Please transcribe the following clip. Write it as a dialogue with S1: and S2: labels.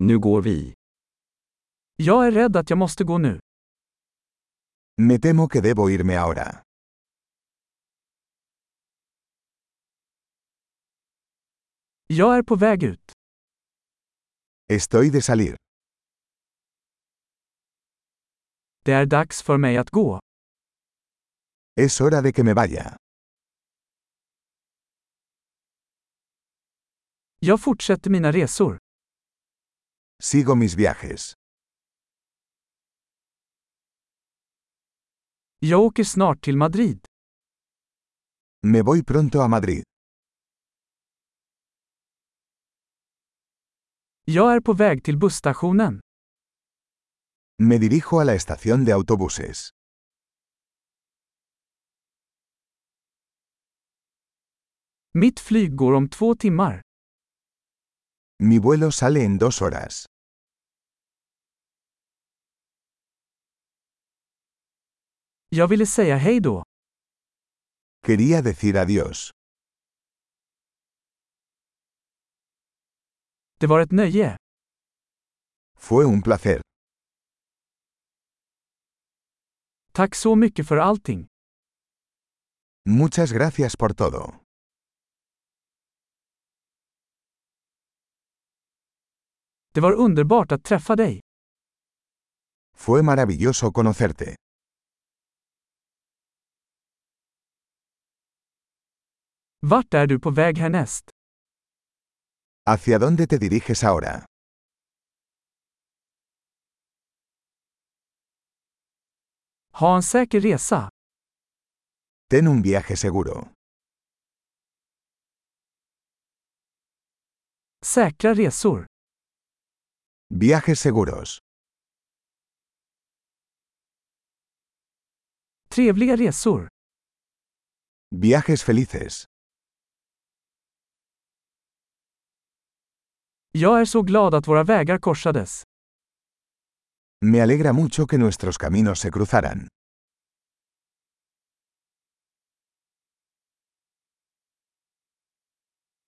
S1: Nu går vi.
S2: Jag är rädd att jag måste gå nu.
S3: Me temo que debo irme ahora.
S2: Jag är på väg ut.
S3: Estoy de salir.
S2: Det är dags för mig att gå.
S3: Es hora de que me vaya.
S2: Jag fortsätter mina resor.
S3: Sigo mis viajes.
S2: Jag åker snart till Madrid.
S3: Me voy pronto a Madrid.
S2: Jag är på väg till busstationen.
S3: Me dirijo a la estación de autobuses.
S2: Mitt flyg går om två timmar.
S3: Mi vuelo sale en dos horas.
S2: Jag ville säga hej då.
S3: Quería decir adiós.
S2: Det var ett nöje.
S3: Fue un placer.
S2: Tack så mycket för allting.
S3: Muchas gracias por todo.
S2: Det var underbart att träffa dig.
S3: Fue maravilloso conocerte.
S2: Vart är du på väg härnäst?
S3: ¿Hacia dónde te diriges ahora?
S2: Ha en säker resa.
S3: Ten un viaje seguro.
S2: Säkra resor.
S3: Viajes seguros.
S2: Trevliga resor.
S3: Viajes felices.
S2: Jag är så glad att våra vägar korsades.
S3: Me alegra mucho que nuestros caminos se cruzaran.